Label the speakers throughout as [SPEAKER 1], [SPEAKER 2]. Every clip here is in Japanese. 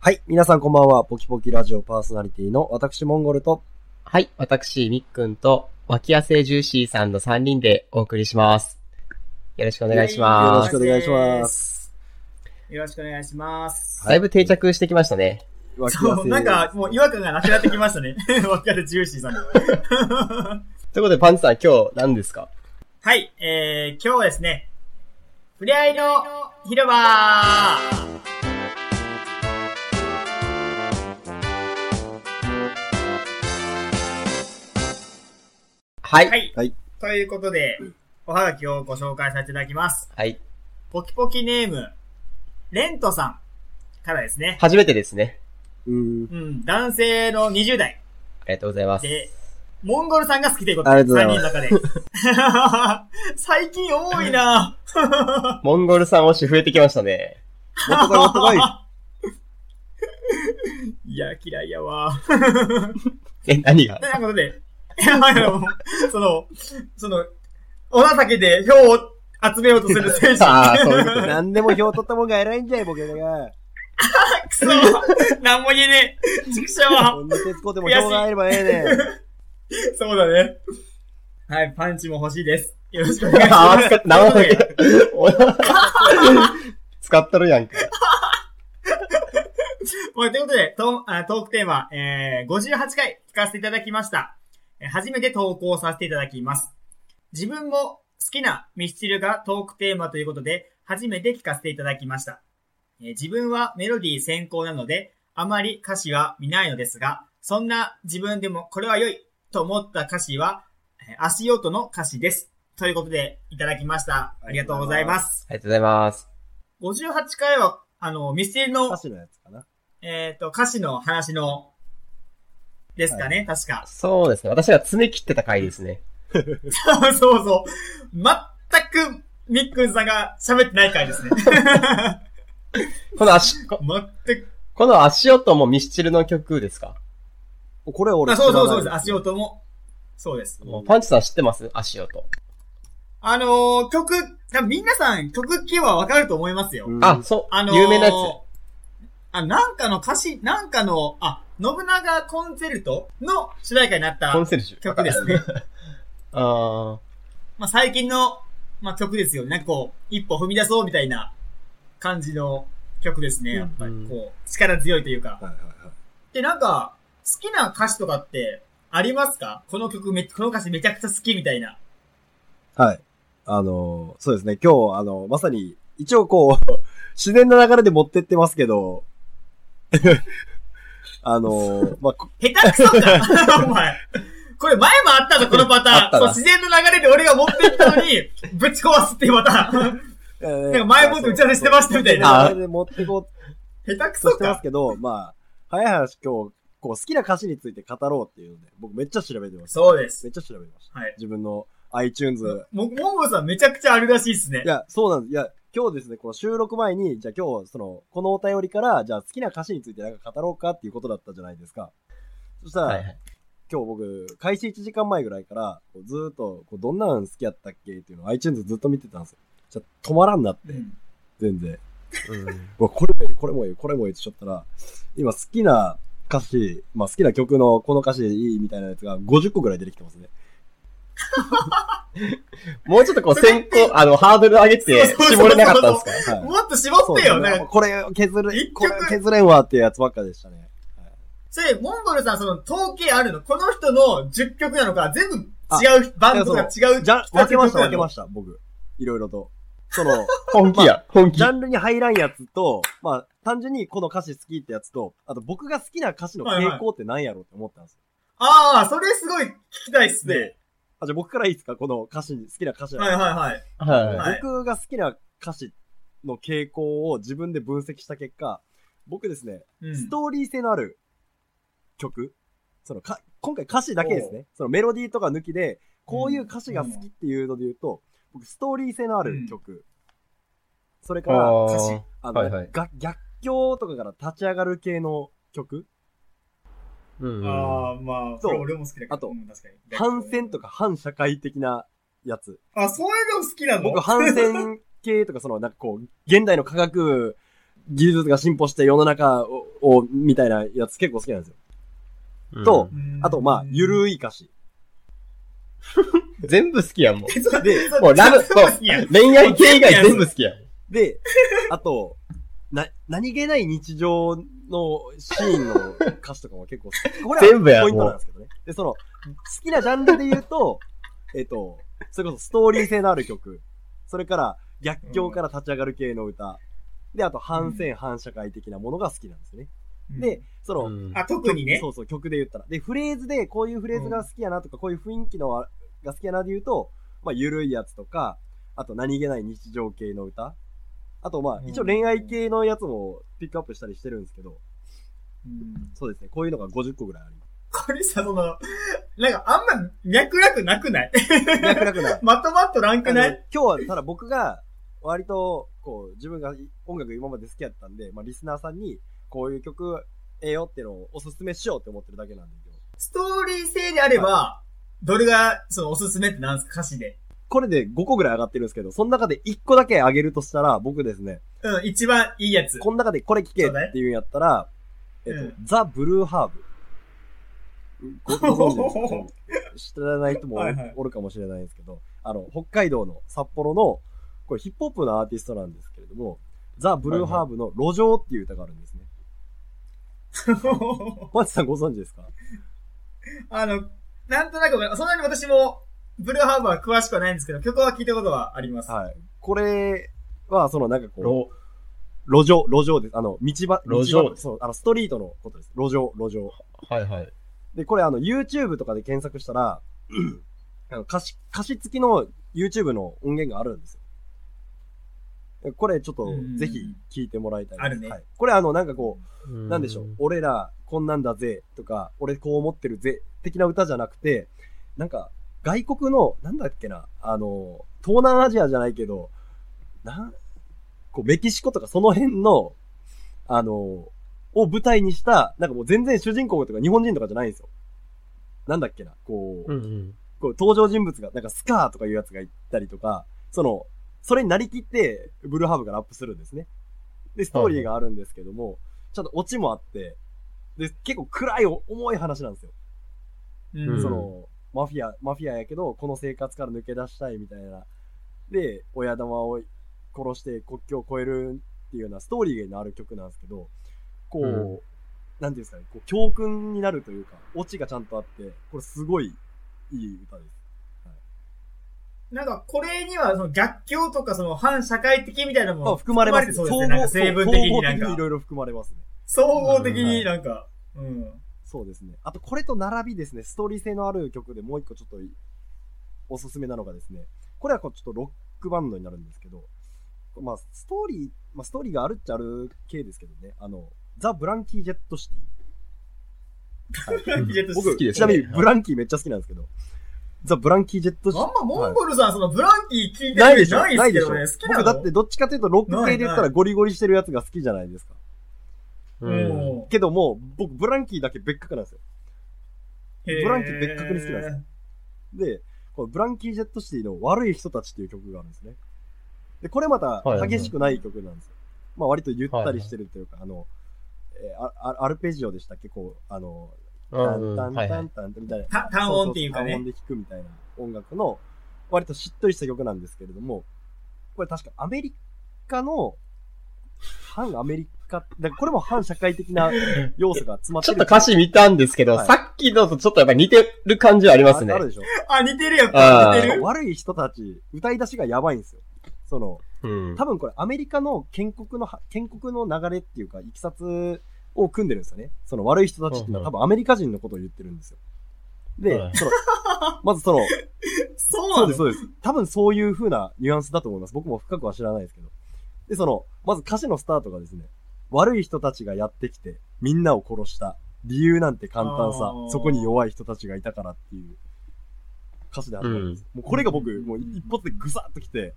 [SPEAKER 1] はい。皆さんこんばんは。ポキポキラジオパーソナリティの私、モンゴルと、
[SPEAKER 2] はい、私、みっくんと、脇汗ジューシーさんの3人でお送りします。よろしくお願いし
[SPEAKER 1] よろ
[SPEAKER 2] ま
[SPEAKER 1] し
[SPEAKER 2] す。
[SPEAKER 1] くお願いします。
[SPEAKER 3] よろしくお願いします。
[SPEAKER 2] だいぶ定着してきましたね。
[SPEAKER 1] 脇
[SPEAKER 3] そう、
[SPEAKER 1] 汗
[SPEAKER 3] なんか、もう違和感がなくなってきましたね。 わかるジューシーさんの。
[SPEAKER 2] ということで、パンツさん、今日何ですか
[SPEAKER 3] はい、えー、今日はですね、ふれあいの広場は
[SPEAKER 2] はい。
[SPEAKER 3] い、
[SPEAKER 1] はい
[SPEAKER 3] ということで、おはがきをご紹介させていただきます。
[SPEAKER 2] はい。
[SPEAKER 3] ポキポキネーム、レントさんからですね。
[SPEAKER 2] 初めてですね。
[SPEAKER 1] うん。
[SPEAKER 3] うん、男性の20代
[SPEAKER 2] ありがとうございます。
[SPEAKER 3] で、モンゴルさんが好きということ
[SPEAKER 1] あ
[SPEAKER 3] で
[SPEAKER 1] りがとうござい
[SPEAKER 3] 3
[SPEAKER 1] ま
[SPEAKER 3] 人の中で。 最近多いな
[SPEAKER 2] モンゴルさん推し増えてきましたね。
[SPEAKER 1] もっとこい、もっとこい。
[SPEAKER 3] いや、嫌いやわ。
[SPEAKER 2] え、何が
[SPEAKER 3] で、なんかそれで、 いやあのその、その、お情けで票を集めようとする選手。
[SPEAKER 2] ああ、そういう ことね。
[SPEAKER 1] 何でも票取ったもんが偉いんじゃい、ボケが。
[SPEAKER 3] くそなんも言えねえ畜生は
[SPEAKER 1] こんな手使うても票が入ればええねん。
[SPEAKER 3] そうだね。はい、パンチも欲しいです。よろしくお願いし
[SPEAKER 2] あ
[SPEAKER 3] ま
[SPEAKER 2] あ、使っ
[SPEAKER 3] す。
[SPEAKER 2] 生だけ。お使っとるやんか。
[SPEAKER 3] もうということで、トーあトークテーマ、えー、58回聞かせていただきました。えー初めて投稿させていただきます。自分も好きなミスチルがトークテーマということで、初めて聞かせていただきました。えー自分はメロディー先行なので、あまり歌詞は見ないのですが、そんな自分でもこれは良いと思った歌詞は、えー足音の歌詞です。ということで、いただきました。ありがとうございます。
[SPEAKER 2] ありがとうございます。
[SPEAKER 3] 58回は、あの、ミスチルの
[SPEAKER 1] 歌詞のやつかな。
[SPEAKER 3] えっ、と、歌詞の話の、ですかね、確か。
[SPEAKER 2] そうですね。私が爪切ってた回ですね。
[SPEAKER 3] そうそう。全く、みっくんさんが喋ってない回ですね。
[SPEAKER 2] この足、こ
[SPEAKER 3] 全く。
[SPEAKER 2] この足音もミスチルの曲ですか
[SPEAKER 1] これ俺
[SPEAKER 3] あ
[SPEAKER 1] 知ら
[SPEAKER 3] そう
[SPEAKER 1] ない。
[SPEAKER 3] そうそうです。足音も。そうです。
[SPEAKER 1] うん
[SPEAKER 2] パンチさん知ってます足音。
[SPEAKER 3] あのー、曲、多分皆さん曲聴けばわかると思いますよ。
[SPEAKER 1] うん。
[SPEAKER 2] あ、そう、
[SPEAKER 3] あのー、
[SPEAKER 2] 有名なやつ。
[SPEAKER 3] あ、なんかの歌詞、なんかの、あ、信長コンセルトの主題歌になった
[SPEAKER 2] コンセルジュ。
[SPEAKER 3] 曲ですね。
[SPEAKER 2] あ
[SPEAKER 3] まあ、最近の、まあ、曲ですよね。なんかこう、一歩踏み出そうみたいな感じの曲ですね。やっぱり、
[SPEAKER 2] うん
[SPEAKER 3] こう、力強いというか。
[SPEAKER 1] はいはいはい。
[SPEAKER 3] で、なんか、好きな歌詞とかってありますかこの曲め、この歌詞めちゃくちゃ好きみたいな。
[SPEAKER 1] はい。あのー、そうですね。今日、あの、まさに、一応こう、自然な流れで持ってってますけど、 あのー、まあ、こ
[SPEAKER 3] 下手くそ かお前。これ前もあったぞ、このパタ
[SPEAKER 2] あっ
[SPEAKER 3] ーン。
[SPEAKER 2] た
[SPEAKER 3] そう、
[SPEAKER 2] な
[SPEAKER 3] 自然の流れで俺が持ってったの に、ぶち壊すっていうパターン。
[SPEAKER 1] えー
[SPEAKER 3] なんか前もって打ち合わせしてましたみたい
[SPEAKER 1] そう
[SPEAKER 2] な
[SPEAKER 1] そう流れで持ってこ
[SPEAKER 3] 下
[SPEAKER 1] う
[SPEAKER 3] 手く
[SPEAKER 1] と
[SPEAKER 3] そ
[SPEAKER 1] してます
[SPEAKER 3] か。
[SPEAKER 1] けど、まあ、早い話今日、こう、好きな歌詞について語ろうっていうので、僕めっちゃ調べてます。
[SPEAKER 3] そうです。
[SPEAKER 1] めっちゃ調べてました。
[SPEAKER 3] はい。
[SPEAKER 1] 自分の iTunes。
[SPEAKER 3] も、ももさんめちゃくちゃあるらしいっすね
[SPEAKER 1] い。や、そうなんです。いや、今日ですね、この収録前に、じゃあ今日、その、このお便りから、じゃあ好きな歌詞についてなんか語ろうかっていうことだったじゃないですか。そした
[SPEAKER 2] あ。
[SPEAKER 1] ら、
[SPEAKER 2] はいはい。
[SPEAKER 1] 今日僕、開始1時間前ぐらいから、こうずーっと、こうどんなん好きやったっけっていうのを iTunes ずっと見てたんですよ。じゃあ止まらんなって、
[SPEAKER 3] うん
[SPEAKER 1] 全然。
[SPEAKER 2] うん
[SPEAKER 1] うわ、これもいい、これもいい、これもいいってしょったら、今好きな歌詞、まあ好きな曲のこの歌詞いいみたいなやつが50個ぐらい出てきてますね。
[SPEAKER 2] もうちょっと こう、先行、あの、ハードル上げて、
[SPEAKER 3] そうそうそうそう
[SPEAKER 2] 絞れなかったんですか
[SPEAKER 1] はい。
[SPEAKER 3] もっと絞ってよ。なんか
[SPEAKER 1] ね、これ削れ
[SPEAKER 3] 一、曲
[SPEAKER 1] これ削れんわっていうやつばっかでしたね。
[SPEAKER 3] それ、モンゴルさん、その、統計あるのこの人の10曲なのか、全部違う、バンドが違う。
[SPEAKER 1] じゃ、
[SPEAKER 3] 人
[SPEAKER 1] 分
[SPEAKER 3] たち
[SPEAKER 1] け
[SPEAKER 3] の
[SPEAKER 1] ま
[SPEAKER 3] 曲
[SPEAKER 1] した、分けま
[SPEAKER 3] し
[SPEAKER 1] した、僕。いろいろと。その、
[SPEAKER 2] 本気や。本気
[SPEAKER 1] ジ。ャンルに入らんやつと、まあ、単純にこの歌詞好きってやつと、あと僕が好きな歌詞の傾向って何やろうって思ったんですよ。
[SPEAKER 3] た。ああ、それすごい聞きたいっすね。
[SPEAKER 1] あ、じゃあ僕からいいですかこの歌詞に、好きな歌詞
[SPEAKER 3] はい
[SPEAKER 1] なんで
[SPEAKER 3] はいはい。
[SPEAKER 2] は
[SPEAKER 3] はい
[SPEAKER 1] すけど僕が好きな歌詞の傾向を自分で分析した結果、僕ですね、
[SPEAKER 3] うん、
[SPEAKER 1] ストーリー性のある曲、そのか、今回歌詞だけですね、そのメロディーとか抜きで、こういう歌詞が好きっていうので言うと、僕ストーリー性のある曲、それ
[SPEAKER 2] い。
[SPEAKER 1] から、
[SPEAKER 2] あー
[SPEAKER 3] 歌詞
[SPEAKER 1] あの、
[SPEAKER 2] はいはい
[SPEAKER 1] が逆境とかから立ち上がる系の曲
[SPEAKER 2] うんうん。
[SPEAKER 3] ああ、まあ、
[SPEAKER 1] そう
[SPEAKER 3] これ俺も好きだけど。
[SPEAKER 1] あと
[SPEAKER 3] うん確かに
[SPEAKER 1] 反戦とか反社会的なやつ。
[SPEAKER 3] あ、そういうの好きなの
[SPEAKER 1] 僕、反戦系とか、その、なんかこう、現代の科学、技術が進歩して世の中をを、みたいなやつ結構好きなんですよ。と
[SPEAKER 3] うん
[SPEAKER 1] あと、まあ、ゆるい歌 詞。
[SPEAKER 2] 全部好きやん、も
[SPEAKER 3] えそう
[SPEAKER 1] で
[SPEAKER 3] そう
[SPEAKER 2] もうラブ
[SPEAKER 3] そう好きやん
[SPEAKER 2] う。恋愛系以外全部好きやん。
[SPEAKER 1] で、あと、な、何気ない日常のシーンの歌詞とかも結構好き。これ
[SPEAKER 2] 全部や
[SPEAKER 1] はポイントなんですけどね。で、その、好きなジャンルで言うと、 えっと、それこそストーリー性のある曲。それから、逆境から立ち上がる系の歌。で、あと、反戦、反社会的なものが好きなんですね。で、、その、
[SPEAKER 2] うん
[SPEAKER 3] あ、特にね
[SPEAKER 1] そ。うそう、曲で言ったら。で、フレーズで、こういうフレーズが好きやなとか、こういう雰囲気のあが好きやなで言うと、まあ、ゆるいやつとか、あと、何気ない日常系の歌。あと、ま
[SPEAKER 3] う
[SPEAKER 1] あ、
[SPEAKER 3] ん
[SPEAKER 1] 一応恋愛系のやつもピックアップしたりしてるんですけど、
[SPEAKER 3] うん
[SPEAKER 1] そうですね、こういうのが50個ぐらいあります。
[SPEAKER 3] これさ、その、なんかあんま脈絡なくない
[SPEAKER 1] 脈絡ない。
[SPEAKER 3] まとまっとらんく
[SPEAKER 1] あの
[SPEAKER 3] ない
[SPEAKER 1] 今日は、ただ僕が、割と、こう、自分が音楽今まで好きやったんで、まあ、リスナーさんに、こういう曲、ええよってのをおすすめしようって思ってるだけなんだけど、
[SPEAKER 3] ストーリー性であれば、どれが、その、おすすめってなんですか歌詞で。
[SPEAKER 1] これで5個ぐらい上がってるんですけど、その中で1個だけ上げるとしたら、僕ですね、
[SPEAKER 3] うん、一番いいやつ。
[SPEAKER 1] この中でこれ聞けっていうんやったら、えっ
[SPEAKER 3] そう
[SPEAKER 1] と
[SPEAKER 3] だね、
[SPEAKER 1] ザ・ブルーハーブ。ごご存知ですか知らない人もお
[SPEAKER 3] はいはい
[SPEAKER 1] おるかもしれないんですけど、あの、北海道の札幌の、これヒップホップのアーティストなんですけれども、ザ・ブルーハーブの路上っていう歌があるんですね。マチさんご存知ですか
[SPEAKER 3] あの、なんとなくわかる、そんなに私も、ブルーハーブは詳しくはないんですけど、曲は聞いたことはあります。
[SPEAKER 1] はい。これは、そのなんかこ
[SPEAKER 2] ロ
[SPEAKER 1] う、路上、路上です。あの、道ば、道ば
[SPEAKER 2] 路上
[SPEAKER 1] そう、あの、ストリートのことです。路上、路上。
[SPEAKER 2] はいはい。
[SPEAKER 1] で、これあの、YouTube とかで検索したら、あの歌詞、歌詞付きの YouTube の音源があるんですよ。これちょっと
[SPEAKER 3] うん
[SPEAKER 1] ぜひ聞いてもらいたいです。
[SPEAKER 3] あるね
[SPEAKER 1] はい。これあの、なんかこう、
[SPEAKER 2] な
[SPEAKER 1] なんでしょう。俺らこんなんだぜとか、俺こう思ってるぜ的な歌じゃなくて、なんか外国の、なんだっけな、あの、東南アジアじゃないけど、なん、こうメキシコとかその辺の、あの、を舞台にした、なんかもう全然主人公とか日本人とかじゃないんですよ。なんだっけな、こう、
[SPEAKER 2] うんうん。
[SPEAKER 1] こう登場人物が、なんかスカーとかいうやつがいたりとか、その、それになりきって、ブルーハーブがラップするんですね。で、ストーリーがあるんですけども、ちゃんとオチもあって、で、結構暗いお重い話なんですよ。
[SPEAKER 3] うん
[SPEAKER 2] うん
[SPEAKER 1] その、マフィア、マフィアやけど、この生活から抜け出したいみたいな。で、親玉を殺して国境を越えるっていうようなストーリーのある曲なんですけど、こう、
[SPEAKER 2] うん
[SPEAKER 1] なんていうんですかね、こう教訓になるというか、オチがちゃんとあって、これすごいいい歌です。
[SPEAKER 3] なんか、これには、その、逆境とか、その、反社会的みたいなも
[SPEAKER 1] ま
[SPEAKER 3] の
[SPEAKER 1] あ、含まれますね。
[SPEAKER 3] 含まれてそうですね。なんか成分的になん
[SPEAKER 1] いろ
[SPEAKER 3] か、
[SPEAKER 1] いろ含まれますね。
[SPEAKER 3] 総合的になんか、うん。
[SPEAKER 1] そうですね。あと、これと並びですね、ストーリー性のある曲でもう一個ちょっといおすすめなのがですね、これはこうちょっとロックバンドになるんですけど、まあ、ストーリー、まあ、ストーリーがあるっちゃある系ですけどね、あの、ザ・ブランキー・ジェット・シティ。
[SPEAKER 3] ブランキージェット
[SPEAKER 1] 僕、
[SPEAKER 2] 好きで
[SPEAKER 1] ちな
[SPEAKER 2] すね
[SPEAKER 1] みにブランキーめっちゃ好きなんですけど、ザ・ブランキー・ジェット・シテ
[SPEAKER 3] あ
[SPEAKER 1] ィ
[SPEAKER 3] ん。まモンゴルさん、そのブランキー聞いてる
[SPEAKER 1] ないでしょ
[SPEAKER 3] ないで
[SPEAKER 1] な
[SPEAKER 3] す
[SPEAKER 1] い
[SPEAKER 3] け
[SPEAKER 1] でしょ
[SPEAKER 3] どね。好きな
[SPEAKER 1] 僕
[SPEAKER 3] の
[SPEAKER 1] だってどっちかというとロック系で言った
[SPEAKER 3] な
[SPEAKER 1] ら
[SPEAKER 3] い
[SPEAKER 1] ゴリゴリしてるやつが好きじゃないですか。
[SPEAKER 3] う
[SPEAKER 2] うん
[SPEAKER 3] ん。
[SPEAKER 1] けども、僕ブランキーだけ別格なんですよ。
[SPEAKER 3] へ
[SPEAKER 1] ブランキー別格に好きなんですで、このブランキー・ジェット・シティの悪い人たちっていう曲があるんですね。で、これまた
[SPEAKER 2] はいはい
[SPEAKER 1] 激しくない曲なんですよ。まあ割とゆったりしてるというか、あの、えーああアルペジオでしたっけこう、あの、
[SPEAKER 2] う
[SPEAKER 1] タ
[SPEAKER 2] んう
[SPEAKER 1] ン
[SPEAKER 2] ん。
[SPEAKER 1] タン
[SPEAKER 2] は
[SPEAKER 1] タ
[SPEAKER 2] いは
[SPEAKER 1] ン
[SPEAKER 2] い。
[SPEAKER 1] タンみたいな。
[SPEAKER 3] た単音っていうかね
[SPEAKER 1] そうそう単音で弾くみたいな音楽の、割としっとりした曲なんですけれども、これ確かアメリカの、反アメリカ、だからこれも反社会的な要素が詰まって
[SPEAKER 2] ちょ
[SPEAKER 1] る。
[SPEAKER 2] っと歌詞見たんですけど、
[SPEAKER 1] はい
[SPEAKER 2] さっきのとちょっとやっぱ似てる感じはありますね
[SPEAKER 1] あ。るでしょ
[SPEAKER 3] あ、似てるやっぱ
[SPEAKER 2] あー
[SPEAKER 3] 似てる
[SPEAKER 1] 悪い人たち、歌い出しがやばいんですよ。その、
[SPEAKER 2] うん。
[SPEAKER 1] 多分これアメリカの建国のは、建国の流れっていうか、いきさつを組んでるんですよね。その悪い人たちっていうのは
[SPEAKER 2] う
[SPEAKER 1] 多
[SPEAKER 2] ん
[SPEAKER 1] 分アメリカ人のことを言ってるんですよ。で
[SPEAKER 2] はい、
[SPEAKER 1] その、 まずその、
[SPEAKER 3] そう
[SPEAKER 1] そ
[SPEAKER 3] な
[SPEAKER 1] うで
[SPEAKER 3] の
[SPEAKER 1] す、そうです。多分そういう風なニュアンスだと思います。僕も深くは知らないですけど。で、その、まず歌詞のスタートがですね、悪い人たちがやってきて、みんなを殺した。理由なんて簡単さ
[SPEAKER 3] あー。
[SPEAKER 1] そこに弱い人たちがいたからっていう歌詞であったんです。もうこれが僕、もう一発でぐさっときて、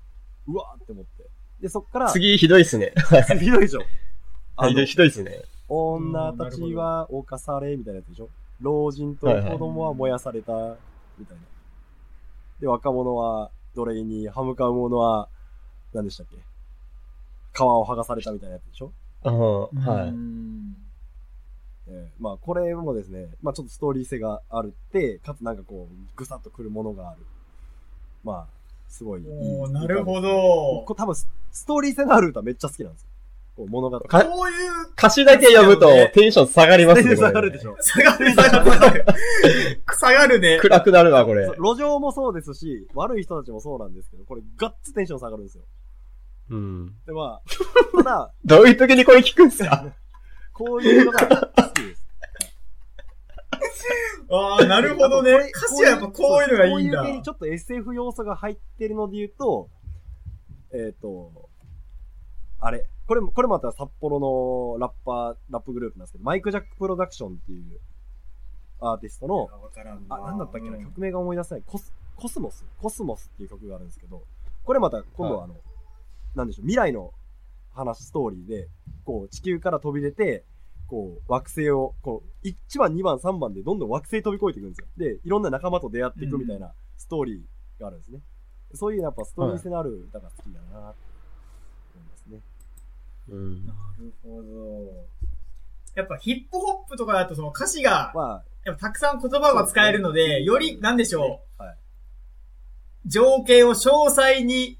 [SPEAKER 1] うわーって思って。で、そっから、
[SPEAKER 2] 次ひどいっすね。
[SPEAKER 1] ひどいでしょ。あ
[SPEAKER 2] ひど
[SPEAKER 1] の
[SPEAKER 2] い、ひどいっすね。
[SPEAKER 1] 女たちは犯され、みたいなやつでしょ。老人と子供は燃やされた、みたいな。で、若者は奴隷に歯向かう者は、何でしたっけ皮を剥がされたみたいなやつでしょ
[SPEAKER 2] うん。は
[SPEAKER 3] う
[SPEAKER 2] い。
[SPEAKER 3] ん
[SPEAKER 1] えーまあこれもですね、まあちょっとストーリー性があるって、かつなんかこう、ぐさっとくるものがある。まあ、すごいいい
[SPEAKER 3] おーなるほ
[SPEAKER 1] こ
[SPEAKER 3] ど。
[SPEAKER 1] れ多分ス、ストーリー性のある歌めっちゃ好きなんですよ。こう物語。
[SPEAKER 2] か
[SPEAKER 3] こういう、
[SPEAKER 2] 歌詞だけ読むとテンション下がりますね。これ
[SPEAKER 1] 下がるでしょ。
[SPEAKER 3] 下がる、下がる、下がる。下がるね。
[SPEAKER 2] 暗くなるな、これ
[SPEAKER 1] そう。路上もそうですし、悪い人たちもそうなんですけど、これガッツテンション下がるんですよ。
[SPEAKER 2] うん。
[SPEAKER 1] で、 まあ、ただ、
[SPEAKER 2] どういう時にこれ聞くんすか
[SPEAKER 1] こういうのが好きです。
[SPEAKER 3] あ あ、なるほどね。歌詞はやっぱこういうのがいいんだ
[SPEAKER 1] こういう系。にちょっと SF 要素が入ってるので言うと、えっ、と、あれ、これも、これまた札幌のラッパー、ラップグループなんですけど、マイク・ジャック・プロダクションっていうアーティストの、
[SPEAKER 3] わからん
[SPEAKER 1] あ、なんだったっけな、
[SPEAKER 3] うん
[SPEAKER 1] 曲名が思い出せない。コス、コスモスコスモスっていう曲があるんですけど、これまた今度はあの、なんでしょう、未来の話、ストーリーで、こう、地球から飛び出て、こう、惑星を、こう、1番、2番、3番でどんどん惑星飛び越えていくんですよ。で、いろんな仲間と出会っていくみたいなストーリーがあるんですね。そういうやっぱストーリー性のある歌が好きだなって思いますね。
[SPEAKER 2] うん
[SPEAKER 3] な。るほど。やっぱヒップホップとかだとその歌詞が、
[SPEAKER 1] ま
[SPEAKER 3] やっぱたくさん言葉が使えるの
[SPEAKER 1] そうです
[SPEAKER 3] で、
[SPEAKER 1] ね
[SPEAKER 3] より、なんでしょ
[SPEAKER 1] あ、はい。
[SPEAKER 3] う、情景を詳細に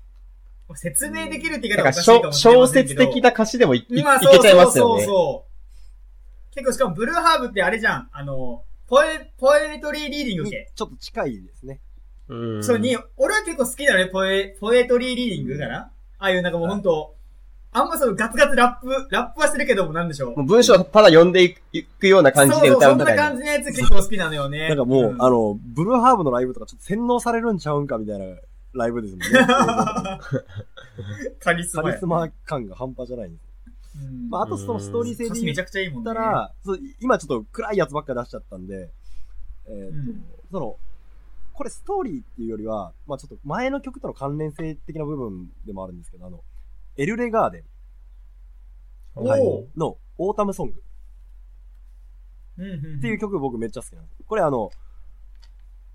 [SPEAKER 3] 説明できるって言い
[SPEAKER 2] なん
[SPEAKER 3] 方がお
[SPEAKER 2] か
[SPEAKER 3] かしいか
[SPEAKER 2] 小
[SPEAKER 3] もしれ
[SPEAKER 2] 小
[SPEAKER 3] ませんけ
[SPEAKER 2] 説
[SPEAKER 3] ど。
[SPEAKER 2] 的な歌詞でもいいい
[SPEAKER 3] 今、
[SPEAKER 2] い
[SPEAKER 3] そう
[SPEAKER 2] けちゃい
[SPEAKER 3] そ
[SPEAKER 2] ま
[SPEAKER 3] う
[SPEAKER 2] す
[SPEAKER 3] そ
[SPEAKER 2] よ
[SPEAKER 3] う
[SPEAKER 2] ね。
[SPEAKER 3] そう。結構しかもブルーハーブってあれじゃん、あの、ポエ、ポエトリーリーディング
[SPEAKER 1] に
[SPEAKER 3] 系。
[SPEAKER 1] ちょっと近いですね。
[SPEAKER 2] うん
[SPEAKER 3] そうに、俺は結構好きだね、ポエ、ポエトリーリーディングかなああいうなんかもうほんと、あんまそのガツガツラップ、ラップはしてるけどもなんでしょう
[SPEAKER 2] もう。文章ただ読んでいくいくような感じで歌うんだ
[SPEAKER 3] そ
[SPEAKER 2] か
[SPEAKER 3] うそう、そんな
[SPEAKER 2] ら
[SPEAKER 3] 感。じのやつ結構好きなのよね。
[SPEAKER 1] なんかもう、
[SPEAKER 3] ん
[SPEAKER 1] あの、ブルーハーブのライブとかちょっと洗脳されるんちゃうんかみたいなライブ ですもんね。
[SPEAKER 3] カリス
[SPEAKER 1] カ
[SPEAKER 3] マ
[SPEAKER 1] リ
[SPEAKER 3] や
[SPEAKER 1] ス。マ感が半端じゃないんです。
[SPEAKER 3] うん
[SPEAKER 1] まあ、あとそのストーリー性
[SPEAKER 3] 歌
[SPEAKER 1] で言
[SPEAKER 3] 詞め
[SPEAKER 1] っ
[SPEAKER 3] ちゃくちゃいいもん
[SPEAKER 1] た
[SPEAKER 3] ね。
[SPEAKER 1] ら、そう今ちょっと暗いやつばっか出しちゃったんで、えー
[SPEAKER 3] う
[SPEAKER 1] と
[SPEAKER 3] ん
[SPEAKER 1] その、これストーリーっていうよりは、まあちょっと前の曲との関連性的な部分でもあるんですけど、あの、エルレガーデ
[SPEAKER 3] おー
[SPEAKER 1] ンのオータムソング
[SPEAKER 3] うんうん
[SPEAKER 1] っていう曲僕めっちゃ好きなんですよ。これあの、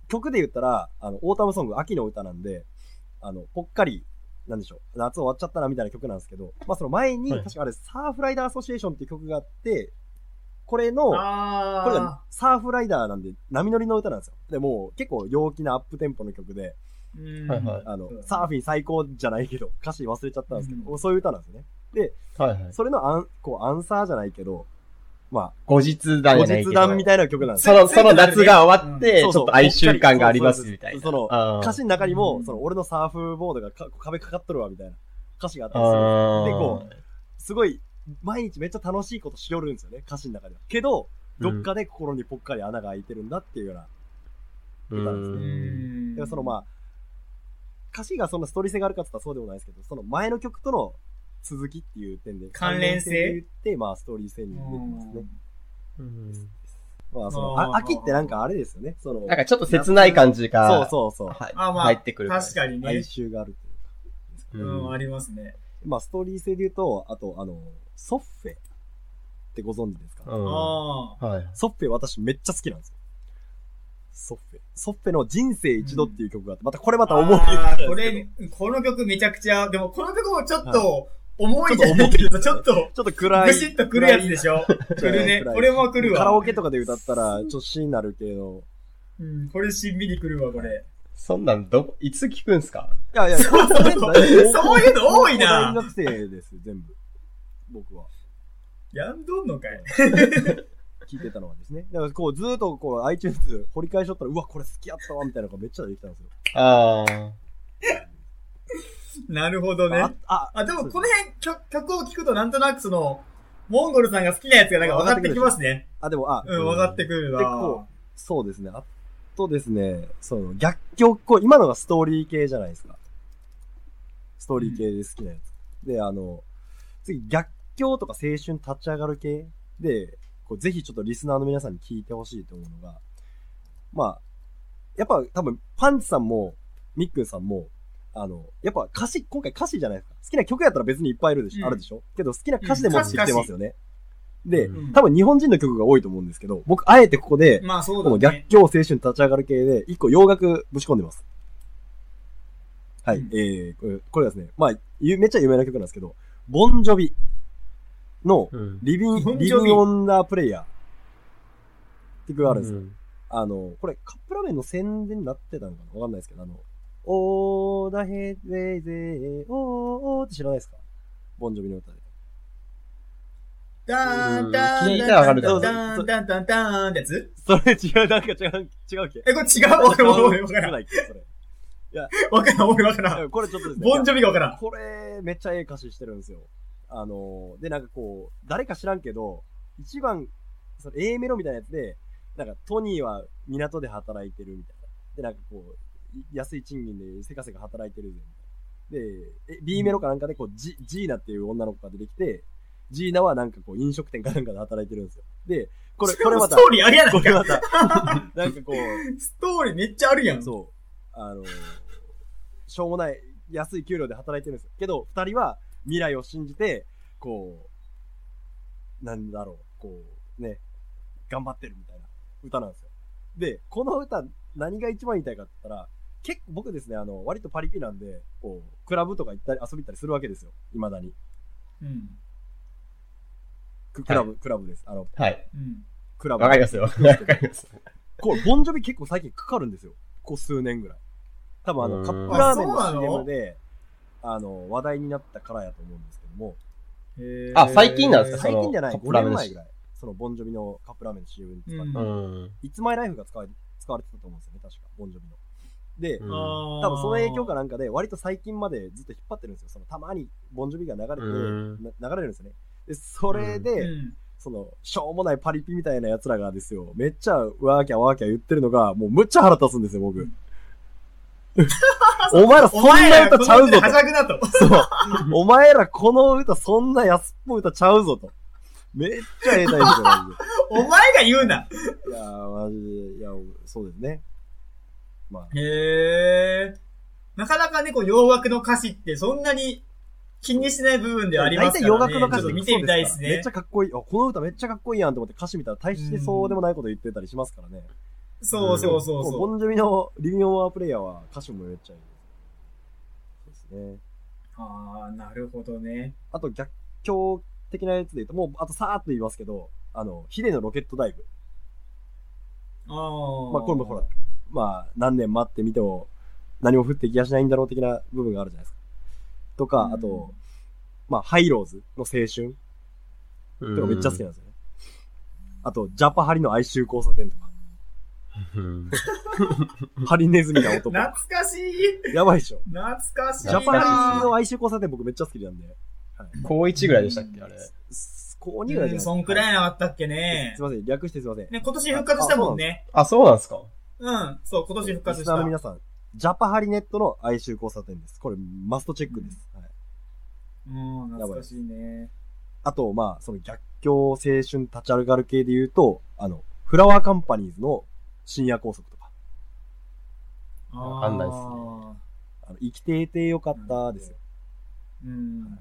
[SPEAKER 1] 曲で言ったら、あの、オータムソング、秋の歌なんで、あの、ぽっかり、なんでしょう、夏終わっちゃったなみたいな曲なんですけど、まあその前に、
[SPEAKER 2] はい
[SPEAKER 1] 確かあれ、サーフライダーアソシエーションっていう曲があって、これの、
[SPEAKER 3] あ
[SPEAKER 1] これがサーフライダーなんで、波乗りの歌なんですよ。でも、結構陽気なアップテンポの曲で、
[SPEAKER 3] ーうん
[SPEAKER 2] はいはい
[SPEAKER 1] あの
[SPEAKER 3] そう、
[SPEAKER 1] サーフィン最高じゃないけど、歌詞忘れちゃったんですけど、
[SPEAKER 3] うん
[SPEAKER 1] そういう歌なんですよね。
[SPEAKER 2] はいはい。
[SPEAKER 1] それのアン、こう、アンサーじゃないけど、ま
[SPEAKER 2] 後日
[SPEAKER 1] あ、
[SPEAKER 2] 談じ
[SPEAKER 1] 後
[SPEAKER 2] ゃないけど。
[SPEAKER 1] 日談みたいな曲なんですよ
[SPEAKER 2] その、その夏が終わって、ち
[SPEAKER 1] う
[SPEAKER 2] ょ
[SPEAKER 1] ん
[SPEAKER 2] っと哀愁感がありますみたいな。
[SPEAKER 1] そうそうそう
[SPEAKER 2] あー
[SPEAKER 1] 歌詞の中にも、
[SPEAKER 3] うん
[SPEAKER 1] その俺のサーフボードがか壁かかっとるわみたいな歌詞があったりする
[SPEAKER 2] あ
[SPEAKER 1] んですよ。で、
[SPEAKER 2] ー
[SPEAKER 1] こう、すごい、毎日めっちゃ楽しいことしよるんですよね、歌詞の中では。けど、どっかで心にぽっかり穴が開いてるんだっていうような。
[SPEAKER 2] う。
[SPEAKER 3] うんん
[SPEAKER 1] でそのまあ、歌詞がそんなストーリー性があるかって言ったらそうでもないですけど、その前の曲との続きっていう点で、
[SPEAKER 3] 関連性
[SPEAKER 1] で言って、まあ、ストーリー性に出てますね。まあ、その、あ秋ってなんかあれですよね、その、
[SPEAKER 2] なんかちょっと切ない感じ
[SPEAKER 1] そ
[SPEAKER 2] が
[SPEAKER 1] う、そうそう。
[SPEAKER 2] はい
[SPEAKER 3] あまあ
[SPEAKER 2] 入ってくる。
[SPEAKER 3] 確かに
[SPEAKER 1] 哀
[SPEAKER 3] ね。
[SPEAKER 1] 愁があるというか。
[SPEAKER 2] う
[SPEAKER 3] うん、あ
[SPEAKER 2] ん
[SPEAKER 3] りますね。
[SPEAKER 1] まあ、ストーリー性で言うと、あと、あの、ソッフェってご存知ですか、
[SPEAKER 2] うん
[SPEAKER 3] ああ。
[SPEAKER 2] はい。
[SPEAKER 1] ソッフェ私めっちゃ好きなんですよ。ソッフェ。ソッフェの人生一度っていう曲があって、またこれまた重い
[SPEAKER 3] あーこ
[SPEAKER 1] ですけ
[SPEAKER 3] れ
[SPEAKER 1] ど、
[SPEAKER 3] この曲めちゃくちゃ、でもこの曲もちょっと、重
[SPEAKER 1] はい
[SPEAKER 3] いじゃないけど、ちょっと、
[SPEAKER 1] ちょっと暗
[SPEAKER 3] ぐ
[SPEAKER 1] い。
[SPEAKER 3] しっとくるやつでしょく
[SPEAKER 1] 暗い
[SPEAKER 3] るね。
[SPEAKER 1] 暗い
[SPEAKER 3] これもくるわ。
[SPEAKER 1] カラオケとかで歌ったら、ちょっと詩になるけど。
[SPEAKER 3] うん、これしんみりくるわ、これ。
[SPEAKER 2] そんなん、ど、いつ聞くんすか
[SPEAKER 1] いやいや、
[SPEAKER 3] そうそうそうそういうの多いな
[SPEAKER 1] 大学生です、全部。僕は。
[SPEAKER 3] やんどんのかい。
[SPEAKER 1] 聞いてたのはですね。だからこう、ずーっとこう、iTunes 掘り返しとったら、うわ、これ好きやったわ、みたいなのがめっちゃできたんですよ。
[SPEAKER 2] ああ。
[SPEAKER 3] なるほどね。
[SPEAKER 1] あ、あ、
[SPEAKER 3] あ、でもこの辺曲、曲を聴くとなんとなくその、モンゴルさんが好きなやつがなんか分かってきますね。
[SPEAKER 1] あ、でも、あ、
[SPEAKER 3] うん、分かってくるな
[SPEAKER 1] 結構そうですね。あとですね、その逆境っこい、今のがストーリー系じゃないですか。ストーリー系で好きなやつ。で、あの、次、逆境とか青春立ち上がる系で、こうぜひちょっとリスナーの皆さんに聞いてほしいと思うのが、まあ、やっぱ多分、パンチさんも、ミックンさんも、あの、やっぱ歌詞、今回歌詞じゃないですか。好きな曲やったら別にいっぱいいるでしょ、
[SPEAKER 3] うん
[SPEAKER 1] あるでしょけど好きな歌詞でも知ってますよね。で、
[SPEAKER 2] うん
[SPEAKER 1] 多分日本人の曲が多いと思うんですけど、僕あえてここで、
[SPEAKER 3] まあそ
[SPEAKER 1] この
[SPEAKER 3] うだね
[SPEAKER 1] 逆。境青春立ち上がる系で、一個洋楽ぶち込んでます。はい、
[SPEAKER 3] うん
[SPEAKER 1] えー、これこれはですね、まあ、ゆめっちゃ有名な曲なんですけど、ボンジョビの
[SPEAKER 2] うん。
[SPEAKER 1] リビン、
[SPEAKER 3] ボン
[SPEAKER 1] リ
[SPEAKER 3] ジ
[SPEAKER 1] ビ
[SPEAKER 3] ョビ
[SPEAKER 1] ンオンダープレイヤーっって曲があるんですよ。
[SPEAKER 2] うん
[SPEAKER 1] あの、これ、カップラーメンの宣伝になってたのかなわかんないですけど、あの、オーダヘッウェイゼー、オーオーって知らないですかボンジョビの歌で。
[SPEAKER 3] ダーン、ダ
[SPEAKER 2] 聞
[SPEAKER 3] ー
[SPEAKER 2] いた
[SPEAKER 3] ン、
[SPEAKER 2] らわかるだ
[SPEAKER 3] ダ
[SPEAKER 1] ろ
[SPEAKER 3] ーン、ダーン、ダーン、ダーン、ダーンってやつ
[SPEAKER 1] それ違う、なんか違う、違 うっけ
[SPEAKER 3] え、これ違う俺、俺、わからん。
[SPEAKER 1] ないっけそれ。
[SPEAKER 3] わからん、俺、わから
[SPEAKER 1] い
[SPEAKER 3] ん。
[SPEAKER 1] やこれちょっとですね。
[SPEAKER 3] ボンジョビがわからん。
[SPEAKER 1] これ、めっちゃええ歌詞してるんですよ。あのー、で、なんかこう、誰か知らんけど、一番、その A メロみたいなやつで、なんかトニーは港で働いてるみたいな。で、なんかこう、い安い賃金でせかせか働いてるぜみたいな。で、え B メロかなんかでこう、ジジーナっていう女の子が出てきて、ジーナはなんかこう、飲食店かなんかで働いてるんですよ。で、これ、これまた
[SPEAKER 3] スト、ーリーあるやな
[SPEAKER 1] こ
[SPEAKER 3] ん
[SPEAKER 1] れ
[SPEAKER 3] か。
[SPEAKER 1] また、なんかこう、
[SPEAKER 3] ストーリーめっちゃあるやん。
[SPEAKER 1] そう。あの、しょうもない、安い給料で働いてるんですよ。けど、二人は未来を信じて、こう、なんだろう、こう、ね、頑張ってるみたいな歌なんですよ。で、この歌、何が一番言いたいかって言ったら、結構僕ですね、あの、割とパリピなんで、こう、クラブとか行ったり、遊び行ったりするわけですよ。未だに。
[SPEAKER 3] うん。
[SPEAKER 1] ククラブ、クラブです。あの、
[SPEAKER 2] はい。
[SPEAKER 3] うん。
[SPEAKER 1] クラブ。
[SPEAKER 2] わかりますよ。わかります。
[SPEAKER 1] こう、ボンジョビ結構最近かかるんですよ。こう数年ぐらい。多分あ
[SPEAKER 2] う
[SPEAKER 1] の、
[SPEAKER 2] ん
[SPEAKER 1] カップラーメン
[SPEAKER 3] あそうな
[SPEAKER 1] の CM
[SPEAKER 3] の
[SPEAKER 1] で、あの、話題になったからやと思うんですけども、
[SPEAKER 3] へー
[SPEAKER 2] あ最近なんですか
[SPEAKER 1] 最近じゃない、
[SPEAKER 2] その
[SPEAKER 1] 5
[SPEAKER 2] カップラー
[SPEAKER 1] 年
[SPEAKER 2] メンの
[SPEAKER 1] 前ぐらい、そのボンジョビのカップラーメンの CM に使って、
[SPEAKER 3] うん
[SPEAKER 2] うん。
[SPEAKER 1] いつまいライフが使われ使われてたと思うんですよね、確か、ボンジョビの。で、
[SPEAKER 2] うん
[SPEAKER 1] 多分その影響か
[SPEAKER 3] な。
[SPEAKER 1] なんかで、割と最近までずっと引っ張ってるんですよ。そのたまにボンジョビが流れて、
[SPEAKER 2] うん
[SPEAKER 1] な流れるんですよね。で、それで、
[SPEAKER 3] うん。
[SPEAKER 1] その、しょうもないパリピみたいな奴らがですよ、めっちゃ、わーキャーわーキャー言ってるのが、もうむっちゃ腹立つんですよ、
[SPEAKER 3] う
[SPEAKER 1] 僕
[SPEAKER 3] ん。
[SPEAKER 1] お前らそんな歌ちゃうぞ
[SPEAKER 3] はしゃぐなと。
[SPEAKER 1] と。そう。お前らこの歌そんな安っぽい歌ちゃうぞと。めっちゃええタイプじゃないんで。
[SPEAKER 3] お前が言うな。
[SPEAKER 1] いやー、マジで、いや、そうですね。まあ、
[SPEAKER 3] へえ。なかなかね、こう、洋楽の歌詞ってそんなに気にしない部分ではありますからね。
[SPEAKER 1] 大体洋楽の歌詞
[SPEAKER 3] ちょっと見てみたいです
[SPEAKER 1] めっ
[SPEAKER 3] ね
[SPEAKER 1] ち。ゃかっこいい。あ、この歌めっちゃかっこいいやんと思って歌詞見たら大してそうでもないこと言ってたりしますからね。
[SPEAKER 3] そうそうそう
[SPEAKER 1] もう
[SPEAKER 3] そう。
[SPEAKER 1] ボンジョビのリビンオーバープレイヤーは歌詞もめっちゃいいです。そうですね。
[SPEAKER 3] ああ、なるほどね。
[SPEAKER 1] あと逆境的なやつで言うと、もう、あとさーっと言いますけど、あの、ヒデのロケットダイブ。
[SPEAKER 3] ああ。
[SPEAKER 1] まあ、これもほら、まあ、何年待ってみても、何も降ってきやしないんだろう的な部分があるじゃないですか。とか、あと、まあ、ハイローズの青春
[SPEAKER 2] う
[SPEAKER 1] とか
[SPEAKER 2] ん
[SPEAKER 1] めっちゃ好きなんですよね。あと、ジャパハリの哀愁交差点とか、
[SPEAKER 2] うん
[SPEAKER 1] ハリネズミな
[SPEAKER 3] うん。
[SPEAKER 1] 男。
[SPEAKER 3] 懐かしい。
[SPEAKER 1] やばいでしょ。
[SPEAKER 3] 懐かしい
[SPEAKER 1] ジ
[SPEAKER 3] な。
[SPEAKER 1] ャパハリの
[SPEAKER 3] は
[SPEAKER 1] 哀愁交差点僕めっちゃ好きなんで、
[SPEAKER 2] 高一ぐらいでしたっけあれ。
[SPEAKER 1] す高2ぐらいじゃないですか
[SPEAKER 3] そんくらい
[SPEAKER 1] は
[SPEAKER 3] なかったっけね
[SPEAKER 1] すい。ません、略してすいません。
[SPEAKER 3] ね、今年復活したもんね。
[SPEAKER 2] あ、そうなんですか
[SPEAKER 3] うん、そう、今年復活
[SPEAKER 1] リ
[SPEAKER 3] し
[SPEAKER 1] スナー
[SPEAKER 3] た
[SPEAKER 1] の。皆さん、ジャパハリネットの哀愁交差点です。これ、マストチェックです。はい、
[SPEAKER 3] うん、懐かしいね。
[SPEAKER 1] あと、まあ、その逆境、青春、立ち上がる系で言うと、あの、フラワーカンパニーズの深夜拘束とか、
[SPEAKER 2] わかんないっすね
[SPEAKER 1] あの生きていてよかったですよ、
[SPEAKER 3] ね。うん。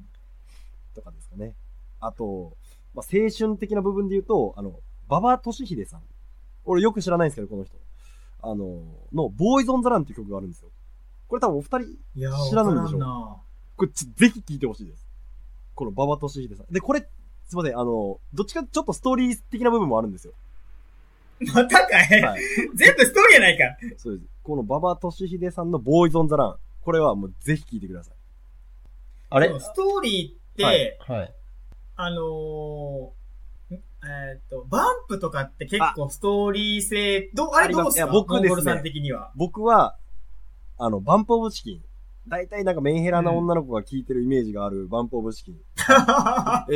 [SPEAKER 1] とかですかね。あと、まあ、青春的な部分で言うと、あの、馬場俊秀さん。俺よく知らないんですけど、この人。あの、の、ボーイズ・オン・ザ・ランっていう曲があるんですよ。これ多分お二人、
[SPEAKER 3] いや
[SPEAKER 1] 知らないんでしょ
[SPEAKER 3] わからな
[SPEAKER 1] これちぜひ聴いてほしいです。この馬場俊秀さん。で、これ、すいません、あの、どっちかちょっとストーリー的な部分もあるんですよ。
[SPEAKER 3] またかい、
[SPEAKER 1] はい。
[SPEAKER 3] 全部ストーリーやないか。
[SPEAKER 1] そうです。この馬場俊秀さんのボーイズ・オン・ザ・ラン。これはもうぜひ聴いてください。
[SPEAKER 2] あれ
[SPEAKER 3] そうストーリーって、
[SPEAKER 1] はい
[SPEAKER 2] はい。
[SPEAKER 3] あのー、んえーっと、バンプとかって結構ストーリー性、どう、あれど
[SPEAKER 1] あり
[SPEAKER 3] うすか
[SPEAKER 1] ますいや僕
[SPEAKER 3] モンゴル
[SPEAKER 1] ですね
[SPEAKER 3] さん的には。
[SPEAKER 1] 僕は、あの、バンプ・オブ・チキン。大体なんかメンヘラな女の子が聴いてるイメージがあるバンプ・オブ・チキン。え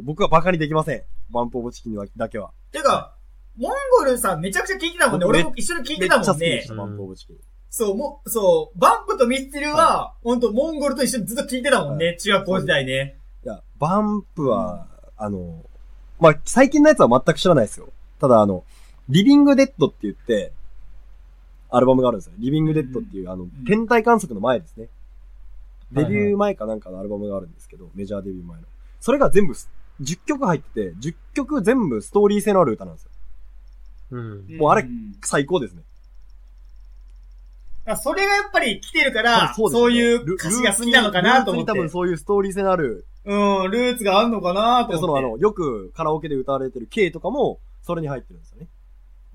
[SPEAKER 1] ー、僕はバカにできません。バンプ・オブ・チキンはだけは。
[SPEAKER 3] てか、モンゴルさんめちゃくちゃ聞いてたもんね。
[SPEAKER 1] 僕め
[SPEAKER 3] 俺も一緒に聞
[SPEAKER 1] め
[SPEAKER 3] いて
[SPEAKER 1] っちゃ
[SPEAKER 3] た
[SPEAKER 1] 好
[SPEAKER 3] も
[SPEAKER 1] き
[SPEAKER 3] ん
[SPEAKER 1] で
[SPEAKER 3] ね
[SPEAKER 1] し。た、
[SPEAKER 2] うん
[SPEAKER 1] バンプ・オブ・チキン。
[SPEAKER 3] そう、もう、そう、バンプとミスチルは、ほんと、モンゴルと一緒にずっと聞いてたもんね。中学校時代ね。
[SPEAKER 1] いや、バンプは、あの、まあ、最近のやつは全く知らないですよ。ただ、あの、リビングデッドって言って、アルバムがあるんですよ。リビングデッドっていう、あの、天体観測の前ですね。デビュー前かなんかのアルバムがあるんですけど、メジャーデビュー前の。それが全部す、10曲入ってて、10曲全部ストーリー性のある歌なんですよ。
[SPEAKER 2] うん。
[SPEAKER 1] もうあれ
[SPEAKER 3] ん
[SPEAKER 1] 最高ですね。
[SPEAKER 3] あそれがやっぱり来てるから、
[SPEAKER 1] 多
[SPEAKER 3] そ
[SPEAKER 1] 分です
[SPEAKER 3] う
[SPEAKER 1] ね
[SPEAKER 3] いう歌詞が好きなのかなと思
[SPEAKER 1] ル
[SPEAKER 3] って。
[SPEAKER 1] ーツに多分そういうストーリー性のある、
[SPEAKER 3] うん、ルーツがあるのかなと思って。
[SPEAKER 1] でそのあの、よくカラオケで歌われてる K とかも、それに入ってるんですよね。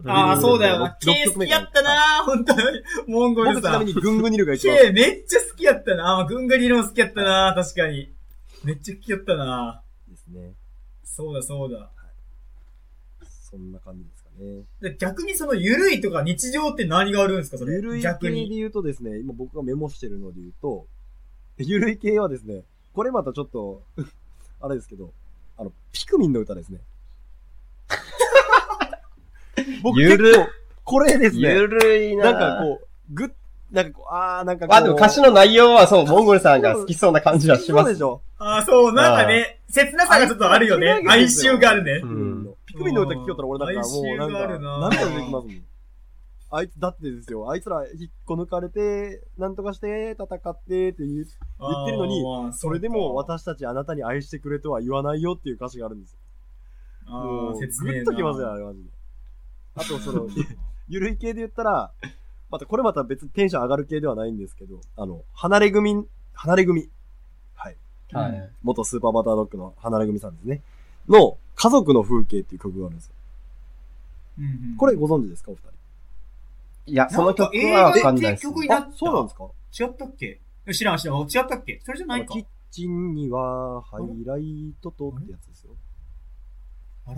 [SPEAKER 3] ああ、そうだよな。
[SPEAKER 1] 六六
[SPEAKER 3] K
[SPEAKER 1] 曲
[SPEAKER 3] 好
[SPEAKER 1] 目
[SPEAKER 3] き
[SPEAKER 1] か
[SPEAKER 3] やったな本当に。モンゴル
[SPEAKER 1] 僕ちな
[SPEAKER 3] さ
[SPEAKER 1] み
[SPEAKER 3] ん。
[SPEAKER 1] にグングニルが一番
[SPEAKER 3] K めっちゃ好きやったなあー、グングリロン好きやったな確かに。めっちゃ好きやったな
[SPEAKER 1] ですね。
[SPEAKER 3] そうだそうだ。
[SPEAKER 1] そんな感じですかね。
[SPEAKER 3] で逆にそのゆるいとか日常って何があるんですかそれ。
[SPEAKER 1] ゆるい
[SPEAKER 3] 逆
[SPEAKER 1] 系で
[SPEAKER 3] に。
[SPEAKER 1] 言うとですね、今僕がメモしてるので言うと、ゆるい系はですね、これまたちょっと、 あれですけど、あの、ピクミンの歌 ですね。僕
[SPEAKER 2] ゆ
[SPEAKER 1] 結
[SPEAKER 2] る
[SPEAKER 1] 構、これですね、
[SPEAKER 2] ゆるいな
[SPEAKER 1] なんかこう、ぐっ、なんかこう、あーなんかこう、
[SPEAKER 2] まあでも歌詞の内容はそう、モンゴルさんが好きそうな感じはしま
[SPEAKER 1] そう
[SPEAKER 2] す
[SPEAKER 1] でし。ょ
[SPEAKER 3] ああ、そう、なんかね、切なさがちょっとあるよね。
[SPEAKER 1] あ
[SPEAKER 3] 哀
[SPEAKER 1] いつ
[SPEAKER 3] 愁があるね
[SPEAKER 1] ピ
[SPEAKER 2] う。ん
[SPEAKER 1] クミンのピクミンの歌聞きよったら俺なんかもうなん
[SPEAKER 3] 哀愁があるな
[SPEAKER 1] か、涙出てきますもん。あいつ、だってですよ、あいつら引っこ抜かれて、なんとかして、戦って、っていう言ってるのに
[SPEAKER 3] あーまあ
[SPEAKER 1] それでも
[SPEAKER 3] うか
[SPEAKER 1] 私たちあなたに愛してくれとは言わないよっていう歌詞があるんです。
[SPEAKER 3] あ
[SPEAKER 1] も
[SPEAKER 3] ー
[SPEAKER 1] う
[SPEAKER 3] 切
[SPEAKER 1] グ
[SPEAKER 3] ねえ
[SPEAKER 1] ッ
[SPEAKER 3] な
[SPEAKER 1] ときますよ、あれマジで。あと、その、ゆるい系で言ったら、また、これまた別にテンション上がる系ではないんですけど、あの、離れ組、離れ組、
[SPEAKER 2] は
[SPEAKER 3] うん
[SPEAKER 2] い。
[SPEAKER 1] 元スーパーバタードッグの離れ組さんですね、の、家族の風景っていう曲があるんですよ。
[SPEAKER 3] うんうん
[SPEAKER 1] これご存知ですか、お二人。
[SPEAKER 2] いや、その曲はわ
[SPEAKER 3] なん
[SPEAKER 2] か
[SPEAKER 3] か
[SPEAKER 2] ん
[SPEAKER 3] 映
[SPEAKER 2] な
[SPEAKER 3] 画
[SPEAKER 2] いで
[SPEAKER 3] って
[SPEAKER 2] す、
[SPEAKER 3] 曲に
[SPEAKER 2] ね。
[SPEAKER 3] な
[SPEAKER 1] あ
[SPEAKER 3] っ、た。
[SPEAKER 1] そうなんですか
[SPEAKER 3] 違ったっけ知らん、知らん。違ったっけそれじゃないか
[SPEAKER 1] キ。ッチンには、ハイライトとってやつですよ。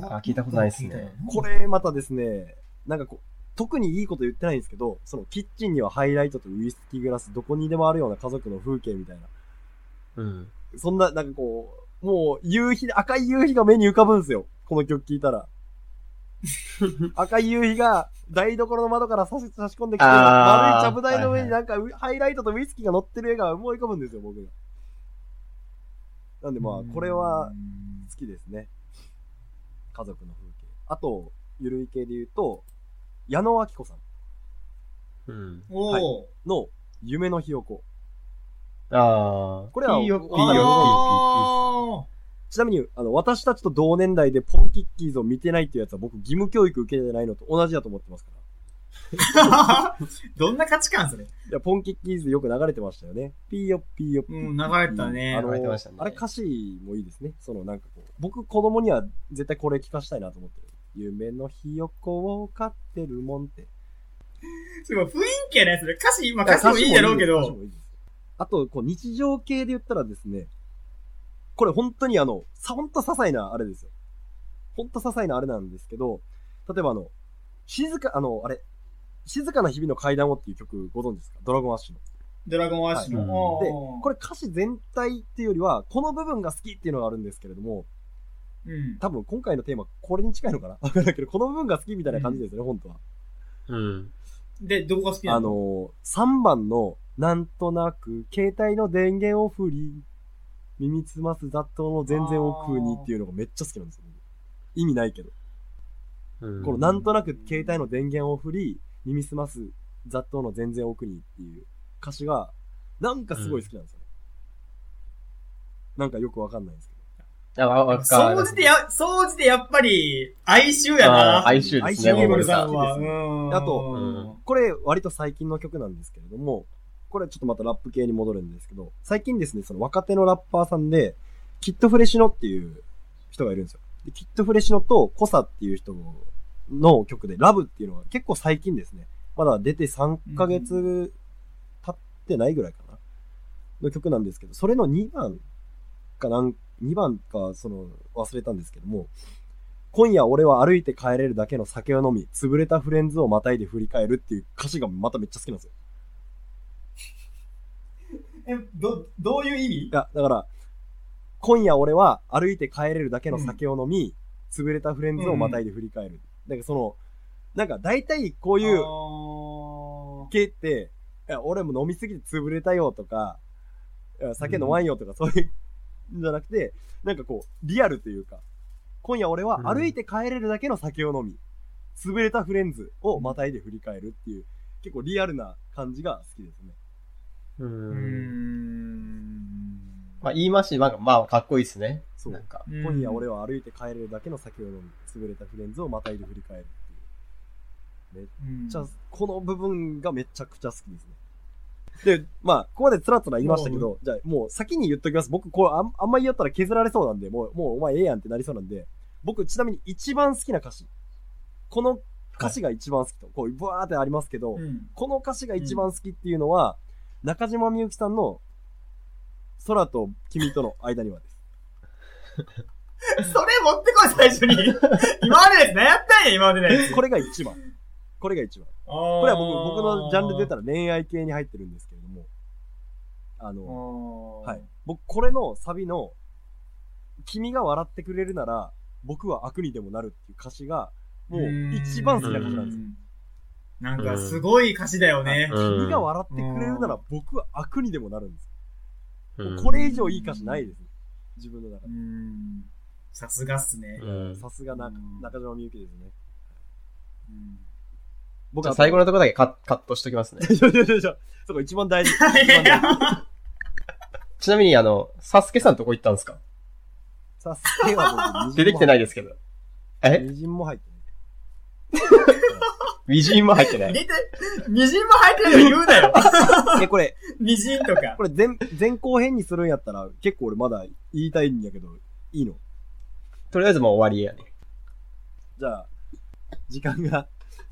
[SPEAKER 3] あ
[SPEAKER 2] あ聞いたことないっすね。
[SPEAKER 1] これまたですね、なんかこう、特にいいこと言ってないんですけど、そのキッチンにはハイライトとウイスキーグラス、どこにでもあるような家族の風景みたいな。
[SPEAKER 2] うん。
[SPEAKER 1] そんな、なんかこう、もう夕日、赤い夕日が目に浮かぶんですよ。この曲聴いた ら。赤い夕日が台所の窓から差し差し込んできて、
[SPEAKER 2] あー
[SPEAKER 1] 丸いちゃぶ台の上になんか、うハイライトとウイスキーが乗ってる絵が思い浮かぶんですよ、僕が。なんでまあ、これは、好きですね。家族の風景。あと、ゆるい系で言うと、矢野明子さん
[SPEAKER 2] うん。
[SPEAKER 3] お
[SPEAKER 1] はい
[SPEAKER 3] お、
[SPEAKER 1] の夢のひよこ。
[SPEAKER 2] ああ。
[SPEAKER 1] これは
[SPEAKER 2] ピーヨピ
[SPEAKER 1] いいよ
[SPEAKER 2] ーヨ
[SPEAKER 3] あ
[SPEAKER 1] ちなみに、あの、私たちと同年代でポンキッキーズを見てないっていうやつは僕義務教育受けてないのと同じだと思ってますから。
[SPEAKER 3] ーどんな価値観それ
[SPEAKER 1] いや、ポンキッキーズよく流れてましたよね。ピーヨピーヨピーヨ
[SPEAKER 3] うん流れてたね
[SPEAKER 1] あの
[SPEAKER 2] 流れてましたね
[SPEAKER 1] あれ歌詞もいいですね。そのなんかこう、僕子供には絶対これ聞かしたいなと思ってる。夢のひよこを飼ってるもんって。
[SPEAKER 3] すごい雰囲気やね、それ。歌詞、まあ歌詞もいいんやろうけ
[SPEAKER 1] 歌詞
[SPEAKER 3] ど
[SPEAKER 1] も。いいですあと、こう、日常系で言ったらですね、これ本当にあの、さ、本当些細なあれですよ。本当些細なあれなんですけど、例えばあの、静か、あの、あれ、静かな日々の階段をっていう曲ご存知ですかドラゴンアッシュの。
[SPEAKER 3] ドラゴンアッシュ
[SPEAKER 2] はい
[SPEAKER 3] の。
[SPEAKER 1] で
[SPEAKER 3] おー、
[SPEAKER 1] これ歌詞全体っていうよりは、この部分が好きっていうのがあるんですけれども、
[SPEAKER 3] うん。
[SPEAKER 1] 多分今回のテーマ、これに近いのかなわかんないけど、この部分が好きみたいな感じですよね、本当は。
[SPEAKER 2] ピーうん。
[SPEAKER 3] で、どこが好きな
[SPEAKER 1] あ
[SPEAKER 3] の
[SPEAKER 1] の3番の、なんとなく、携帯の電源を振り、耳つます雑踏の全然奥にっていうのがめっちゃ好きなんですよ。意味ないけど。
[SPEAKER 2] うん
[SPEAKER 1] このなんとなく、携帯の電源を振り、耳すます雑踏の全然奥にっていう歌詞が、なんかすごい好きなんですよね。なんかよくわかんないんですけど。
[SPEAKER 2] あ、わわか
[SPEAKER 3] 総
[SPEAKER 2] る。
[SPEAKER 3] じてや、総じてやっぱり、哀愁や
[SPEAKER 2] あー
[SPEAKER 3] な。
[SPEAKER 2] 哀愁ですね、
[SPEAKER 1] 哀愁
[SPEAKER 2] モン
[SPEAKER 3] モン
[SPEAKER 2] ゴ
[SPEAKER 3] ゴ
[SPEAKER 2] ル
[SPEAKER 3] ル
[SPEAKER 2] さ
[SPEAKER 3] さ
[SPEAKER 2] ん
[SPEAKER 3] ん。
[SPEAKER 1] 好
[SPEAKER 3] は。
[SPEAKER 1] きです
[SPEAKER 3] うん
[SPEAKER 1] あと
[SPEAKER 3] うん
[SPEAKER 1] これ割と最近の曲なんですけれども、これはちょっとまたラップ系に戻るんですけど、最近ですね、その若手のラッパーさんで、キットフレシノっていう人がいるんですよ。でキットフレシノとコサっていう人の曲で、ラブっていうのが結構最近ですね。まだ出て3ヶ月経ってないぐらいかな。の曲なんですけど、それの2番かなん、2番か、その、忘れたんですけども、今夜俺は歩いて帰れるだけの酒を飲み、潰れたフレンズをまたいで振り返るっていう歌詞がまためっちゃ好きなんですよ。
[SPEAKER 3] え、ど、どういう意味
[SPEAKER 1] いや、だから、今夜俺は歩いて帰れるだけの酒を飲み、潰れたフレンズをまたいで振り返る。だからその、なんか大体こういう
[SPEAKER 3] あー
[SPEAKER 1] 系って、いや俺も飲みすぎて潰れたよとか、いや酒飲まんよとかそういうんじゃなくて、なんかこう、リアルというか、今夜俺は歩いて帰れるだけの酒を飲み、潰れたフレンズをまたいで振り返るっていう、結構リアルな感じが好きですね。
[SPEAKER 2] う
[SPEAKER 3] うー
[SPEAKER 2] ん。
[SPEAKER 3] ん。
[SPEAKER 2] まあ、言いまし、なんか、まあ、かっこいいですね。
[SPEAKER 1] そう
[SPEAKER 2] なん。か。
[SPEAKER 3] うん
[SPEAKER 1] 今夜俺は歩いて帰れるだけの酒を飲み、潰れたフレンズをまたいで振り返るっていう。
[SPEAKER 3] うん
[SPEAKER 1] じゃあ、この部分がめちゃくちゃ好きですね。で、まあ、ここまでつらつら言いましたけど、じゃあ、もう先に言っときます。僕、こうあん、あんまり言ったら削られそうなんで、もう、もうお前ええやんってなりそうなんで、僕、ちなみに一番好きな歌詞。この歌詞が一番好きと、こう、ブワーってありますけど、
[SPEAKER 3] うん。
[SPEAKER 1] この歌詞が一番好きっていうのは、中島みゆきさんの、空と君との間にはです。
[SPEAKER 3] それ持ってこい、最初に。今までです。悩ったんや、今までのやつ。
[SPEAKER 1] これが一番。これが一番。こ
[SPEAKER 3] こ
[SPEAKER 1] れは僕、僕のジャンルで言った
[SPEAKER 3] ら。
[SPEAKER 1] ら恋愛系に入ってるんですけれども、あの、は。。
[SPEAKER 3] はい
[SPEAKER 1] 僕、これのサビの、君が笑ってくれるなら、僕は悪にでもなるっていう歌詞が、もう一番好きな歌詞なんですよ。
[SPEAKER 3] すなんか、すごい歌詞だよね。
[SPEAKER 2] うん
[SPEAKER 1] 君が笑ってくれるなら、僕は悪にでもなるんです。
[SPEAKER 2] うん
[SPEAKER 1] もうこれ以上いい歌詞ないですね。自分の中
[SPEAKER 3] う
[SPEAKER 1] で。
[SPEAKER 3] ん。さすがっすね。
[SPEAKER 2] うん
[SPEAKER 1] さすが中
[SPEAKER 3] うん
[SPEAKER 1] 中島みゆきですね。
[SPEAKER 3] うん
[SPEAKER 1] 僕
[SPEAKER 2] じゃあ
[SPEAKER 1] は
[SPEAKER 2] 最後のとこだけカッカットしときますね。
[SPEAKER 1] ちょちょちょちょ、 そこ一番大事。一番
[SPEAKER 3] いやい
[SPEAKER 1] 大事。
[SPEAKER 3] や
[SPEAKER 2] ちなみに、あの、サスケさんとこ行ったんですか
[SPEAKER 1] さすがは僕
[SPEAKER 2] 出てきてないですけ ど。え
[SPEAKER 1] みじんも入ってない。
[SPEAKER 2] 微塵も入ってない。
[SPEAKER 3] 入れて、みじんも入ってないの言うなよ。
[SPEAKER 1] え、これ、
[SPEAKER 3] みじんとか
[SPEAKER 1] こ。れ前、前後編にするんやったら、結構俺まだ言いたいんやけど、いいの
[SPEAKER 2] とりあえずもう終わりやね。
[SPEAKER 1] じゃあ、時間が、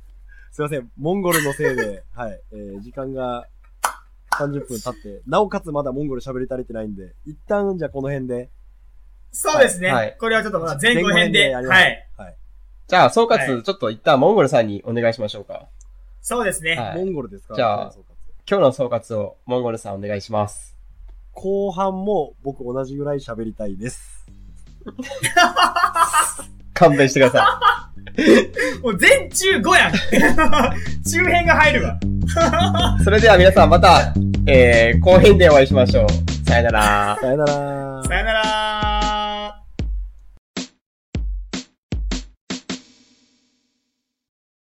[SPEAKER 1] すいません、モンゴルのせいで、はい、えー時間が30分経って、なおかつまだモンゴル喋り足りてないんで、一旦じゃあこの辺で、
[SPEAKER 3] そうですね、
[SPEAKER 2] はい
[SPEAKER 3] これはちょっとまだ前
[SPEAKER 1] 前
[SPEAKER 3] 後編で。
[SPEAKER 1] 後編でやりま
[SPEAKER 3] は
[SPEAKER 1] す
[SPEAKER 3] い。
[SPEAKER 2] じゃあ、総
[SPEAKER 3] は
[SPEAKER 2] 括、ちょっと一旦モンゴルさんにお願いしましょうか。
[SPEAKER 3] そうですね。
[SPEAKER 2] はい
[SPEAKER 1] モンゴルですか
[SPEAKER 2] じゃあ
[SPEAKER 1] そうか
[SPEAKER 2] 今日の総括をモンゴルさんお願いします。
[SPEAKER 1] 後半も僕同じぐらい喋りたいです。
[SPEAKER 2] 勘弁してくださ
[SPEAKER 3] もう全中5やん。 中編が入るわ。
[SPEAKER 2] い。それでは皆さんまた、えー、後編でお会いしましょう。さよなら。
[SPEAKER 1] さよなら
[SPEAKER 3] さよなら